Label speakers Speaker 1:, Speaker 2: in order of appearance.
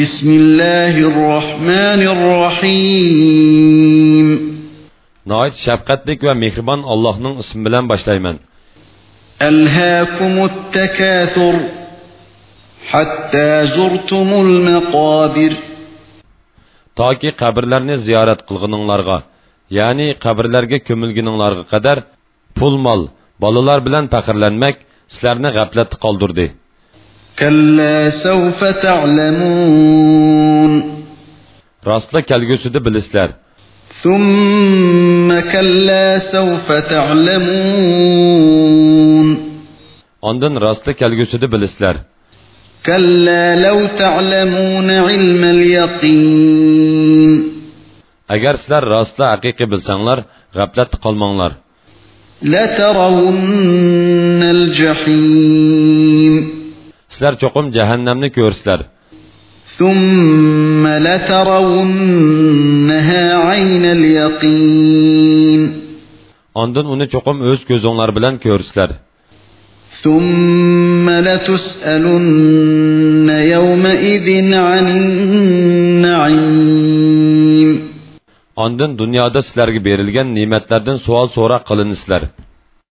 Speaker 1: بسم الله الرحمن الرحيم
Speaker 2: Nəhayət şəfqətlik və mehriban Allah'ın ismi ilə başlayman.
Speaker 1: ألهاكم التكاثر حتى زرتم المقابر
Speaker 2: Ta ki qəbirlərini ziyarət qılğınınlarga, yəni qəbirlərə kömülgününlarga qədər pul mal, balalar bilan fəxrlənmək sizlərni qəflətdə qaldırdı.
Speaker 1: كلا سوف تعلمون
Speaker 2: Rastla kəlgüsüdə bilislər.
Speaker 1: ثم كلا سوف تعلمون
Speaker 2: Ondan rastla kəlgüsüdə bilislər.
Speaker 1: كلا لو تعلمون علم اليقين
Speaker 2: Əgər sizlər rastla həqiqi bilsənglər, qəflətdə qalmanglar.
Speaker 1: لترون الجحيم
Speaker 2: Sizlər çoxum cəhənnəmni görürsüzlər.
Speaker 1: ثم لترونها عين اليقين
Speaker 2: Ondan onu çoxum öz gözünlər bilan görürsüzlər.
Speaker 1: ثم لتسألن يومئذ عن النعيم
Speaker 2: Ondan dünyada sizlərə verilən nemətlərdən sual soraq qılınsızlar.